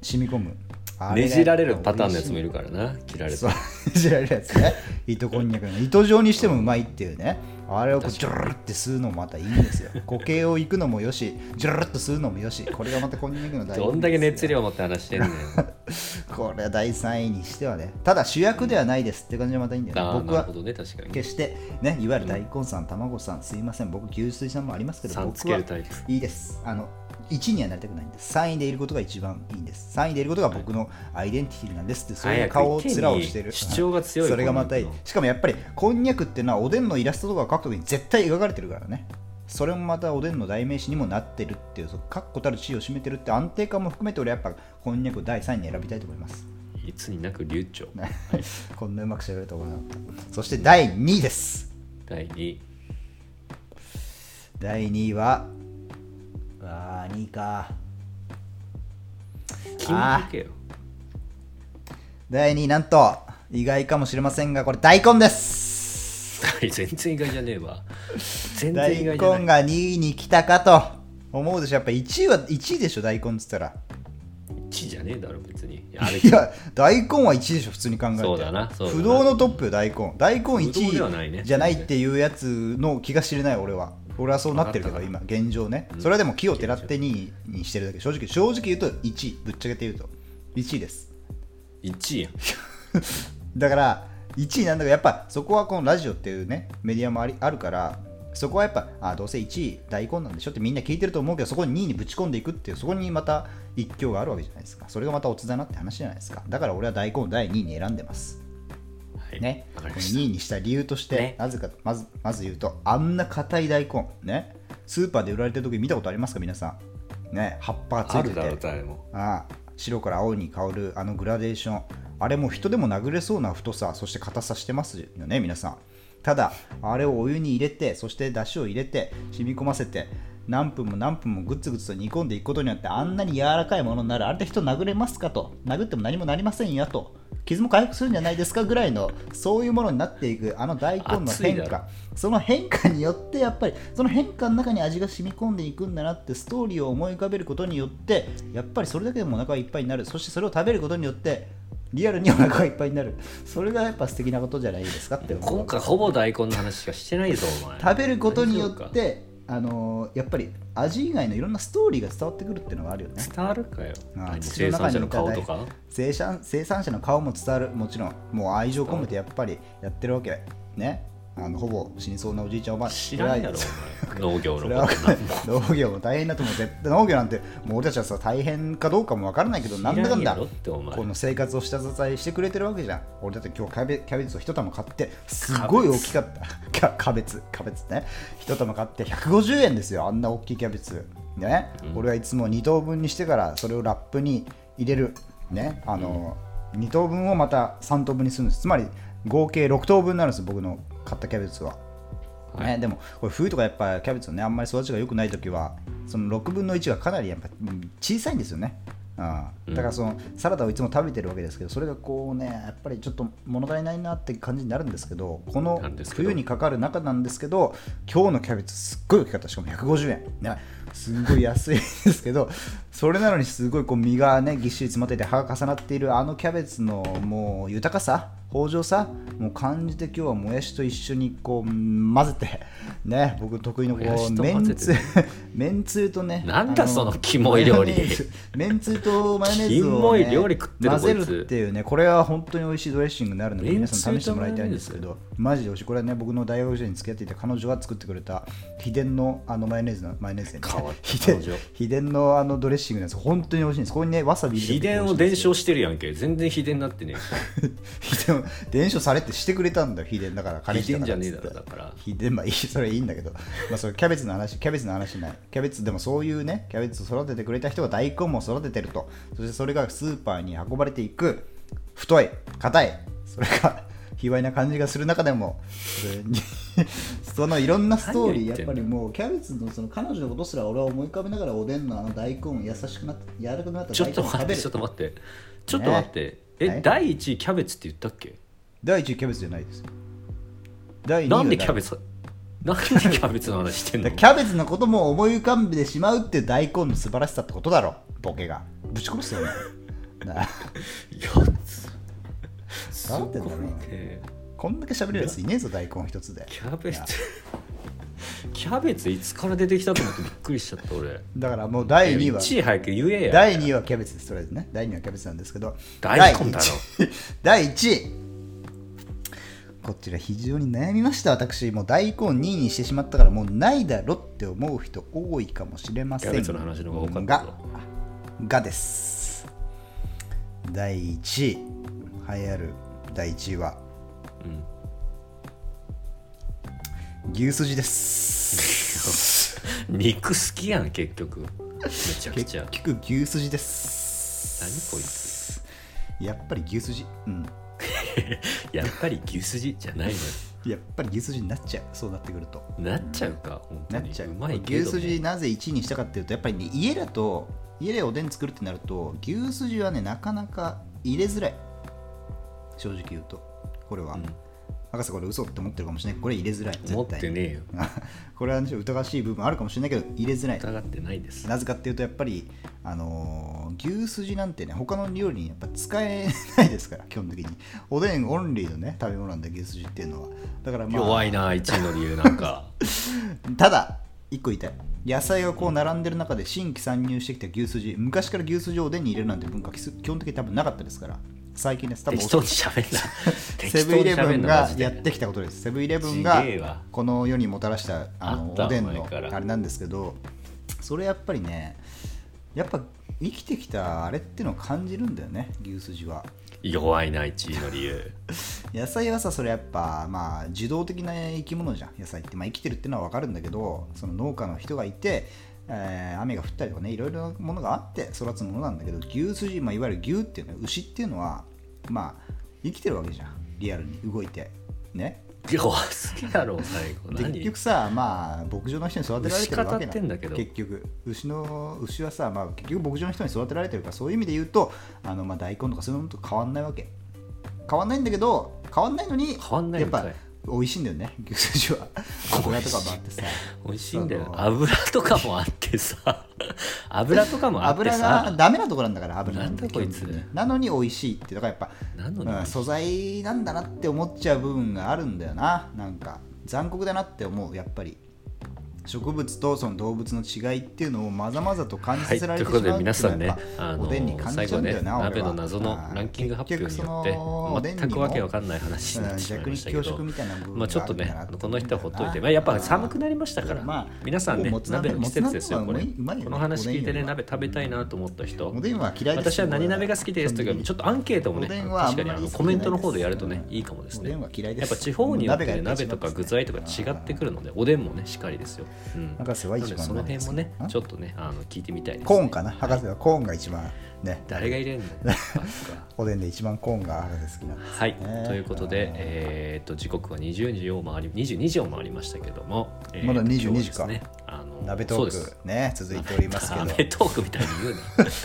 [SPEAKER 2] 染み込むあ
[SPEAKER 1] ね
[SPEAKER 2] が
[SPEAKER 1] じられるパターンのやつもいるからな切られ
[SPEAKER 2] そう
[SPEAKER 1] た
[SPEAKER 2] ねじられるやつね糸こんにゃくの糸状にしてもうまいっていうねあれをこうジュルルって吸うのもまたいいんですよ固形をいくのもよしジュルルっと吸うのもよしこれがまたこんにゃくの醍醐味
[SPEAKER 1] どんだけ熱量持って話
[SPEAKER 2] <laughs>
[SPEAKER 1] してんねん
[SPEAKER 2] これは第3位にしてはねただ主役ではないですって感じがまたいいんだよね、
[SPEAKER 1] あー
[SPEAKER 2] 僕
[SPEAKER 1] なる
[SPEAKER 2] は
[SPEAKER 1] ほどね確かに
[SPEAKER 2] 決してねいわゆる大根さん卵さんすいません僕牛水さんもありますけど
[SPEAKER 1] さん
[SPEAKER 2] 僕
[SPEAKER 1] つけ
[SPEAKER 2] は
[SPEAKER 1] るタイプ
[SPEAKER 2] いいですあの1位にはなりたくないんです3位でいることが一番いいんです3位でいることが僕のアイデンティティなんですってそういう顔を
[SPEAKER 1] 早く意見に
[SPEAKER 2] 面をしてる
[SPEAKER 1] 主張が強い
[SPEAKER 2] それがまたいい
[SPEAKER 1] こんにゃく
[SPEAKER 2] しかもやっぱりこんにゃくっていうのはおでんのイラストとかを描くときに絶対描かれてるからねそれもまたおでんの代名詞にもなってるっていうその確固たる地位を占めてるって安定感も含めて俺やっぱこんにゃくを第3位に選びたいと思います
[SPEAKER 1] いつになく流暢
[SPEAKER 2] ね <laughs> こんなうまくしゃべると思わなかったそして第2位です
[SPEAKER 1] 第2位
[SPEAKER 2] 第2位はあー2位か
[SPEAKER 1] 決めとけよ <laughs>
[SPEAKER 2] 第2位なんと意外かもしれませんがこれ大根です
[SPEAKER 1] 全然意外じゃねえわ全然
[SPEAKER 2] 大
[SPEAKER 1] 意
[SPEAKER 2] 根
[SPEAKER 1] 外じゃない
[SPEAKER 2] が2位に来たかと思うでしょやっぱ1位は1位でしょ大根っつったら
[SPEAKER 1] 1じゃねえだろ別にあれ
[SPEAKER 2] いや大根は1位でしょ普通に考えて
[SPEAKER 1] そうだなそうだな
[SPEAKER 2] 不動のトップよ大根大根
[SPEAKER 1] 不動ではない
[SPEAKER 2] 1
[SPEAKER 1] ね
[SPEAKER 2] 位じゃないっていうやつの気が知れない俺は俺はそうなってるけど
[SPEAKER 1] わかっ
[SPEAKER 2] 今現状ねそれはでも木をてらって2位にしてるだけ正直正直言うと1位ぶっちゃけて言うと1位です
[SPEAKER 1] 1位やん
[SPEAKER 2] だから1位なんだけどやっぱそこはこのラジオっていうねメディアもありあるからそこはやっぱあどうせ1位大根なんでしょってみんな聞いてると思うけどそこに2位にぶち込んでいくっていうそこにまた一挙があるわけじゃないですかそれがまたオツだなって話じゃないですかだから俺は大根を第2位に選んでます
[SPEAKER 1] はい
[SPEAKER 2] ね
[SPEAKER 1] わ
[SPEAKER 2] こ
[SPEAKER 1] かり
[SPEAKER 2] の
[SPEAKER 1] ました
[SPEAKER 2] 2位にした理由として、
[SPEAKER 1] ね
[SPEAKER 2] なぜかとまずまず言うとあんな硬い大根ねスーパーで売られてる時見たことありますか皆さんね葉っぱがつ
[SPEAKER 1] あ
[SPEAKER 2] いて
[SPEAKER 1] る
[SPEAKER 2] て
[SPEAKER 1] だろ誰も
[SPEAKER 2] ああ白から青に変わるあのグラデーションあれも人でも殴れそうな太さそして硬さしてますよね皆さんただあれをお湯に入れてそしてだしを入れて染み込ませて何分も何分もグツグツと煮込んでいくことによってあんなに柔らかいものになるあれで人殴れますかと殴っても何もなりませんよと傷も回復するんじゃないですかぐらいのそういうものになっていくあの大根の
[SPEAKER 1] 熱い
[SPEAKER 2] 変
[SPEAKER 1] だろ
[SPEAKER 2] 化その変化によってやっぱりその変化の中に味が染み込んでいくんだなってストーリーを思い浮かべることによってやっぱりそれだけでもお腹がいっぱいになるそしてそれを食べることによってリアルにお腹がいっぱいになるそれがやっぱ素敵なことじゃないですかって思う
[SPEAKER 1] 今回ほぼ大根の話しかしてないぞお前
[SPEAKER 2] 食べることによ
[SPEAKER 1] 大
[SPEAKER 2] っ
[SPEAKER 1] 丈
[SPEAKER 2] てあのーやっぱり味以外のいろんなストーリーが伝わってくるっていうのがあるよね
[SPEAKER 1] 夫か伝わるかよ
[SPEAKER 2] ああ
[SPEAKER 1] 何生産者の顔とか
[SPEAKER 2] 生産生産者の顔も伝わるもちろんもう愛情込めてやっぱりやってるわけねあのほぼ死にそうなおじいちゃんおばあ
[SPEAKER 1] 知らんやろ
[SPEAKER 2] それは
[SPEAKER 1] お前農業
[SPEAKER 2] そ
[SPEAKER 1] の
[SPEAKER 2] れ
[SPEAKER 1] こ
[SPEAKER 2] は
[SPEAKER 1] となんも
[SPEAKER 2] 農業も大変だと思う絶対農業なんてもう俺たちはさ大変かどうかもわからないけどなんだかん
[SPEAKER 1] 知ら
[SPEAKER 2] だ
[SPEAKER 1] んやろってお前
[SPEAKER 2] この生活を下支えしてくれてるわけじゃん俺だって今日キャベキャベツを一玉買ってすごい大きかったキャキャベツキャベツね一玉買って150円ですよあんな大きいキャベツね、俺はいつも2等分にしてからそれをラップに入れるねあの、2等分をまた3等分にするんですつまり合計6等分になるんです僕の買ったキャベツは
[SPEAKER 1] はい
[SPEAKER 2] ね、でもこれ冬とかやっぱキャベツのねあんまり育ちが良くない時はその6分の1がかなりやっぱうん小さいんですよね、うん、だからそのサラダをいつも食べてるわけですけどそれがこうねやっぱりちょっと物足りないなって感じになるんですけどこの
[SPEAKER 1] なんですけど
[SPEAKER 2] 冬にかかる中なんですけど今日のキャベツすっごい大きかったしかも150円、ね、すんごい安いですけど <laughs> それなのにすごいこう身がねぎっしり詰まってて葉が重なっているあのキャベツのもう豊かさ豊穣さもう感じて今日はもやしと一緒にこう混ぜてね僕得意のこ
[SPEAKER 1] もやし
[SPEAKER 2] う
[SPEAKER 1] と
[SPEAKER 2] め
[SPEAKER 1] 混
[SPEAKER 2] ん
[SPEAKER 1] ぜ
[SPEAKER 2] つゆ
[SPEAKER 1] て
[SPEAKER 2] めんつゆ <laughs> とね
[SPEAKER 1] なんだ
[SPEAKER 2] あ
[SPEAKER 1] そのキモい料理
[SPEAKER 2] マヨネーズ <laughs> めんつゆとマヨネーズ
[SPEAKER 1] キ
[SPEAKER 2] を、
[SPEAKER 1] モ
[SPEAKER 2] ね、
[SPEAKER 1] い料理食ってる
[SPEAKER 2] 混ぜ
[SPEAKER 1] こいつ
[SPEAKER 2] るっていうねこれは本当に美味しいドレッシングになるので皆さん
[SPEAKER 1] めんつ
[SPEAKER 2] 試し
[SPEAKER 1] ゆと
[SPEAKER 2] て
[SPEAKER 1] マ
[SPEAKER 2] もら
[SPEAKER 1] ヨ
[SPEAKER 2] い
[SPEAKER 1] ネ
[SPEAKER 2] たいん
[SPEAKER 1] ー
[SPEAKER 2] で
[SPEAKER 1] ズ
[SPEAKER 2] すけどマジで美味しいこれはね僕の大学時代に付き合っていた彼女が作ってくれた秘伝のあのマヨネーズのマヨネーズね
[SPEAKER 1] 変わった
[SPEAKER 2] <laughs> 秘伝
[SPEAKER 1] 彼女
[SPEAKER 2] 秘伝のあのドレッシングのやつ本当に美味しいんですここにねわさび入
[SPEAKER 1] 秘
[SPEAKER 2] れて
[SPEAKER 1] 伝
[SPEAKER 2] も
[SPEAKER 1] を
[SPEAKER 2] 美
[SPEAKER 1] 伝
[SPEAKER 2] 味しいんですよ
[SPEAKER 1] 承してるやんけ全然秘伝になってねえ
[SPEAKER 2] <laughs> 秘伝を伝承されってしてくれたんだよ秘伝だから彼氏
[SPEAKER 1] 秘伝じゃ
[SPEAKER 2] から
[SPEAKER 1] ねえ
[SPEAKER 2] っつ
[SPEAKER 1] だ
[SPEAKER 2] って
[SPEAKER 1] ろだから
[SPEAKER 2] ひでまあいいそれいいんだけど、ま <laughs> あ、それキャベツの話キャベツの話ないキャベツでもそういうねキャベツを育ててくれた人が大根も育ててるとそしてそれがスーパーに運ばれていく太い硬いそれが <laughs> 卑猥な感じがする中でもそれに <laughs> そのいろんなストー
[SPEAKER 1] 何を言
[SPEAKER 2] リーや
[SPEAKER 1] っ
[SPEAKER 2] って
[SPEAKER 1] ん
[SPEAKER 2] ぱ
[SPEAKER 1] の
[SPEAKER 2] りもうキャベツのその彼女のことすら俺は思い浮かべながらおでんのあの大根を優しくなって柔らかくなった
[SPEAKER 1] ちょ
[SPEAKER 2] 大
[SPEAKER 1] っと
[SPEAKER 2] 根を
[SPEAKER 1] 待
[SPEAKER 2] 食
[SPEAKER 1] って
[SPEAKER 2] べる
[SPEAKER 1] ちょっと待ってちょっと待って
[SPEAKER 2] は
[SPEAKER 1] え
[SPEAKER 2] い
[SPEAKER 1] 第一位キャベツって言ったっけ
[SPEAKER 2] 第1位キャベツじゃないです第2位が
[SPEAKER 1] なんでキャベツなんでキャベツの話してん
[SPEAKER 2] だ
[SPEAKER 1] の
[SPEAKER 2] からキャベツのことも思い浮かんでしまうって大根の素晴らしさってことだろボケがぶち殺す
[SPEAKER 1] <laughs>
[SPEAKER 2] よねなあ
[SPEAKER 1] 4つす
[SPEAKER 2] 頑張って
[SPEAKER 1] ご
[SPEAKER 2] ん
[SPEAKER 1] い
[SPEAKER 2] だな
[SPEAKER 1] ね
[SPEAKER 2] こんだけ喋れるやついねえぞ大根一つで
[SPEAKER 1] キャベツキャベツいつから出てきたと思ってびっくりしちゃった俺
[SPEAKER 2] だからもう第2位は
[SPEAKER 1] 1位早く言えや
[SPEAKER 2] 第2位はキャベツですとりあえずね第2位はキャベツなんですけど
[SPEAKER 1] 大根だろ
[SPEAKER 2] 第1位こちら非常に悩みました私もう大根2位にしてしまったからもうないだろって思う人多いかもしれません
[SPEAKER 1] キャベツの話の方が多かったぞ
[SPEAKER 2] がです第1位栄えある第1位は、牛す
[SPEAKER 1] <laughs>
[SPEAKER 2] じです
[SPEAKER 1] 肉好きやん結局めちゃくちゃ
[SPEAKER 2] 結局牛すじです
[SPEAKER 1] 何こいつ
[SPEAKER 2] やっぱり牛すじうん
[SPEAKER 1] やっぱり牛すじじゃない
[SPEAKER 2] やっぱり牛すじになっちゃうそうなってくると
[SPEAKER 1] のよなっちゃうか本当
[SPEAKER 2] なっ
[SPEAKER 1] に
[SPEAKER 2] ちゃう
[SPEAKER 1] まいけ
[SPEAKER 2] 牛
[SPEAKER 1] ど
[SPEAKER 2] す
[SPEAKER 1] も
[SPEAKER 2] じなぜ1位にしたかっていうとやっぱりね家だと家でおでん作るってなると牛すじはねなかなか入れづらい正直言うとこれは、博士これ嘘って思ってるかもしれないこれ入れづらい絶対
[SPEAKER 1] 持ってねえよ
[SPEAKER 2] <laughs> これは、ね、ちょっと疑わしい部分あるかもしれないけど入れづらい
[SPEAKER 1] 疑ってないです
[SPEAKER 2] なぜかっていうとやっぱり、あのー牛すじなんてね他の料理にやっぱ使えないですから基本的におでんオンリーのね食べ物なんで牛すじっていうのはだからまあ
[SPEAKER 1] 弱いな1位の理由なんか
[SPEAKER 2] ただ一個言いたい野菜がこう並んでる中で新規参入してきた牛すじ昔から牛すじをおでんに入れるなんて文化基基本的に多分なかったですから最近 <laughs> です多分
[SPEAKER 1] 適当に喋んな適
[SPEAKER 2] <laughs>
[SPEAKER 1] 当
[SPEAKER 2] セブンイ
[SPEAKER 1] に
[SPEAKER 2] レブ
[SPEAKER 1] 喋ん
[SPEAKER 2] ン
[SPEAKER 1] な
[SPEAKER 2] が
[SPEAKER 1] マジ
[SPEAKER 2] やっ
[SPEAKER 1] で
[SPEAKER 2] てきたことですセブンイレブ
[SPEAKER 1] ち
[SPEAKER 2] ン
[SPEAKER 1] げえわ
[SPEAKER 2] がこの世にもたらしたあの
[SPEAKER 1] あった
[SPEAKER 2] おでんの
[SPEAKER 1] 前から
[SPEAKER 2] あれなんですけどそれやっぱりねやっぱ生きてきたあれっていうのを感じるんだよね牛すじは
[SPEAKER 1] 弱いな1位の理由
[SPEAKER 2] 野菜はさそれやっぱまあ受動的な生き物じゃん野菜って、まあ、生きてるってのは分かるんだけどその農家の人がいて、えー雨が降ったりとかねいろいろなものがあって育つものなんだけど牛すじ、まあ、いわゆる牛っていうのは牛っていうのはまあ生きてるわけじゃんリアルに動いてね
[SPEAKER 1] 弱すぎだろ最後
[SPEAKER 2] で
[SPEAKER 1] 何
[SPEAKER 2] 結局さまあ牧場の人に育てられてるわけ
[SPEAKER 1] 牛語ってんだけど
[SPEAKER 2] 結局牛の牛はさ、まあ、結局牧場の人に育てられてるからそういう意味で言うとあの、まあ、大根とかそういうのと変わんないわけ変わんないんだけど変わんないのに
[SPEAKER 1] 変わんない
[SPEAKER 2] や
[SPEAKER 1] ん
[SPEAKER 2] っ
[SPEAKER 1] かい
[SPEAKER 2] ぱ美味しいんだよね牛すじ
[SPEAKER 1] <laughs>
[SPEAKER 2] は油とかもあってさ
[SPEAKER 1] 美味しいんだよ
[SPEAKER 2] あの
[SPEAKER 1] 油とかもあってさ油とかもあって
[SPEAKER 2] 油が
[SPEAKER 1] さ
[SPEAKER 2] ダメなところなんだから油
[SPEAKER 1] なんだこいつ
[SPEAKER 2] 基本的になのに美味しいってだからやっぱ
[SPEAKER 1] なのに
[SPEAKER 2] うん素材なんだなって思っちゃう部分があるんだよななんか残酷だなって思うやっぱり植物とその動物の違いっていうのをまざまざと感じさせられて
[SPEAKER 1] はい
[SPEAKER 2] しまう
[SPEAKER 1] ということで皆さんね
[SPEAKER 2] っていうのはやっぱ
[SPEAKER 1] あの
[SPEAKER 2] おでんに感じちゃうんだよ
[SPEAKER 1] 最後ね
[SPEAKER 2] な、俺は
[SPEAKER 1] 鍋の謎のランキング発表によって
[SPEAKER 2] 結局そのおでんにも
[SPEAKER 1] 全くわけわかんない話になってしまいましたけど
[SPEAKER 2] 逆に教食みたいな部分
[SPEAKER 1] まあちょっとね
[SPEAKER 2] があるんだな
[SPEAKER 1] この人はほっといて、まあ、やっぱ寒くなりましたから、
[SPEAKER 2] まあ
[SPEAKER 1] 皆さんね
[SPEAKER 2] もつ鍋
[SPEAKER 1] 鍋の季節ですよ
[SPEAKER 2] も
[SPEAKER 1] こ
[SPEAKER 2] つ
[SPEAKER 1] れ
[SPEAKER 2] 鍋はうまいよね
[SPEAKER 1] この話聞いてね
[SPEAKER 2] おでんは
[SPEAKER 1] 鍋食べたいなと思った人
[SPEAKER 2] おでんは嫌いです
[SPEAKER 1] 私は何鍋が好きですとか
[SPEAKER 2] 基本的に
[SPEAKER 1] ちょっとアンケートもね
[SPEAKER 2] おでんはあん
[SPEAKER 1] 確
[SPEAKER 2] ま
[SPEAKER 1] かにあの
[SPEAKER 2] り好きじゃないです
[SPEAKER 1] コメントの方でやるとねいいかもです
[SPEAKER 2] お
[SPEAKER 1] ね
[SPEAKER 2] でんは嫌いです
[SPEAKER 1] やっぱ地方によってね鍋
[SPEAKER 2] 鍋が一番
[SPEAKER 1] と
[SPEAKER 2] 好きです
[SPEAKER 1] か具材とか違ってくるのでおでんもねしっかりですよ、うん、
[SPEAKER 2] 博士は一番
[SPEAKER 1] なのでその辺もね
[SPEAKER 2] 鍋が好き
[SPEAKER 1] ちょっとねあの聞いてみたいです、ね、
[SPEAKER 2] コーンかな博士はコーンが一番ね
[SPEAKER 1] 誰が入れんのバカ
[SPEAKER 2] おでんで一番コーンが博士好きなんですね
[SPEAKER 1] はい、ということで、
[SPEAKER 2] ん
[SPEAKER 1] えーっと時刻は20時を回り22時を回りましたけども、えー
[SPEAKER 2] まだ22
[SPEAKER 1] 今日はです
[SPEAKER 2] 時
[SPEAKER 1] ね
[SPEAKER 2] か
[SPEAKER 1] あの
[SPEAKER 2] 鍋
[SPEAKER 1] そ
[SPEAKER 2] ト
[SPEAKER 1] うです
[SPEAKER 2] ークね続いておりますけど
[SPEAKER 1] 鍋鍋トークみたいに言う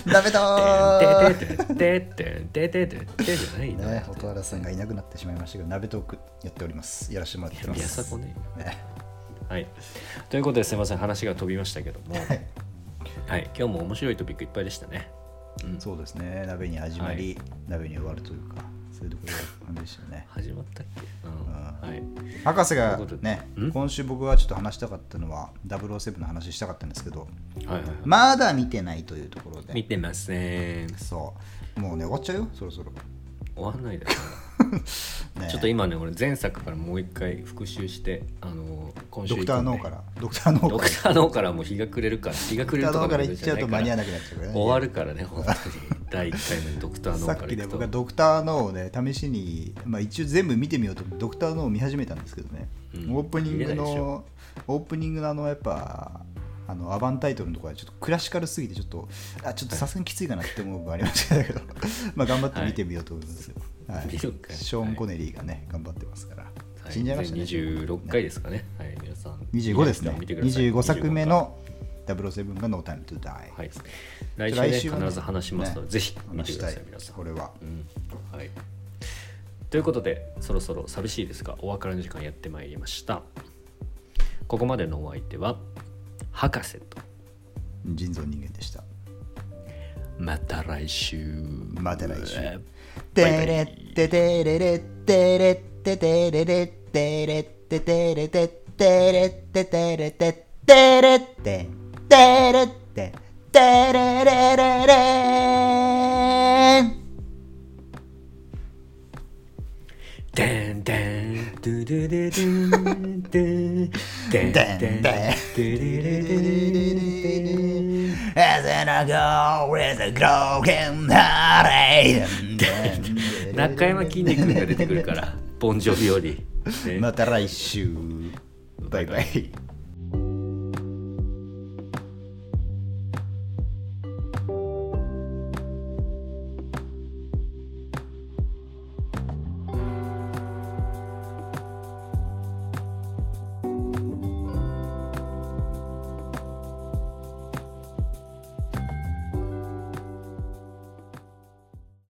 [SPEAKER 2] 鍋ト
[SPEAKER 1] な <laughs>
[SPEAKER 2] ーク
[SPEAKER 1] てんてんてんてんてんてんてんてんじゃないの
[SPEAKER 2] ね蛍原さんがいなくなってしまいましたけど鍋トークやっておりますやらせてもらってま
[SPEAKER 1] 宮
[SPEAKER 2] す
[SPEAKER 1] 迫ね
[SPEAKER 2] ね
[SPEAKER 1] はいということですいません話が飛びましたけどもはい、今日も面白いトピックいっぱいでしたねうん
[SPEAKER 2] そうですね鍋に始まり、鍋に終わるというかそういうところが感じでしたね
[SPEAKER 1] 始まったっけうん、はい
[SPEAKER 2] 博士が
[SPEAKER 1] ということで
[SPEAKER 2] ね
[SPEAKER 1] ん
[SPEAKER 2] 今週僕はちょっと話したかったのは007の話したかったんですけど
[SPEAKER 1] はいはいはい
[SPEAKER 2] まだ見てないというところ
[SPEAKER 1] 見
[SPEAKER 2] で
[SPEAKER 1] てません
[SPEAKER 2] そうもうね終わっちゃうよそろそろ、
[SPEAKER 1] 終わんないだろ
[SPEAKER 2] ね、
[SPEAKER 1] ちょっと今ね俺前作からもう一回復習してあのー今週
[SPEAKER 2] ドクターノーかららドクターノー
[SPEAKER 1] ド
[SPEAKER 2] から
[SPEAKER 1] クターノーからもう日が暮れるから日が暮れると
[SPEAKER 2] ド
[SPEAKER 1] か
[SPEAKER 2] クター
[SPEAKER 1] の
[SPEAKER 2] ノーから行っ
[SPEAKER 1] ことじ
[SPEAKER 2] ち
[SPEAKER 1] ゃ
[SPEAKER 2] ゃう
[SPEAKER 1] ない
[SPEAKER 2] と
[SPEAKER 1] から
[SPEAKER 2] 間に合わなくなっちゃうからね
[SPEAKER 1] 終わるからね本当に第1回目のドクターノー
[SPEAKER 2] さ
[SPEAKER 1] か
[SPEAKER 2] っ
[SPEAKER 1] ら行
[SPEAKER 2] きね
[SPEAKER 1] くと
[SPEAKER 2] 僕はドクターノーをね試しに、まあ、一応全部見てみようと思ってドクターノーを見始めたんですけどね、
[SPEAKER 1] うん
[SPEAKER 2] オープニング
[SPEAKER 1] 見れないでし
[SPEAKER 2] のオープニングのあのやっぱあのアバンタイトルのところはちょっとクラシカルすぎてちょっとあちょっとさすがにきついかなって思う部分ありましたけど <laughs> まあ頑張って見てみようと思いますよ、はい
[SPEAKER 1] 見
[SPEAKER 2] シ
[SPEAKER 1] よう
[SPEAKER 2] ョ
[SPEAKER 1] か
[SPEAKER 2] ーン・コネリーがね頑張ってますから、
[SPEAKER 1] はい
[SPEAKER 2] 死んじゃいましたね
[SPEAKER 1] 全26回ですかねはい皆さん
[SPEAKER 2] 25ですね
[SPEAKER 1] 見てください
[SPEAKER 2] 25作目の007が No Time to Die、
[SPEAKER 1] はい来週,、
[SPEAKER 2] 来週はね
[SPEAKER 1] 必ず話しますので、
[SPEAKER 2] ね
[SPEAKER 1] ぜひ見て
[SPEAKER 2] 話し
[SPEAKER 1] く
[SPEAKER 2] た
[SPEAKER 1] だ
[SPEAKER 2] い
[SPEAKER 1] さい皆さん
[SPEAKER 2] これは
[SPEAKER 1] うんはいということでそろそろ寂しいですがお別れの時間やってまいりましたここまでのお相手は博士と
[SPEAKER 2] 人造人間でした
[SPEAKER 1] また来週
[SPEAKER 2] また来週
[SPEAKER 1] バイバイ
[SPEAKER 2] テレッテテレレッテレッテテレレッテレッテテレテテレッテテレテテレッテテレッテテレレレレン
[SPEAKER 1] でんでんドゥドゥドゥドゥンドゥンでんで
[SPEAKER 2] デ
[SPEAKER 1] ん
[SPEAKER 2] ン
[SPEAKER 1] ドゥ
[SPEAKER 2] デン
[SPEAKER 1] ドゥドゥドゥドゥン
[SPEAKER 2] As in a girl with a broken heart
[SPEAKER 1] 中山筋肉
[SPEAKER 2] <laughs>
[SPEAKER 1] が出てくるからボンジョビより、ね
[SPEAKER 2] また来週バイバイ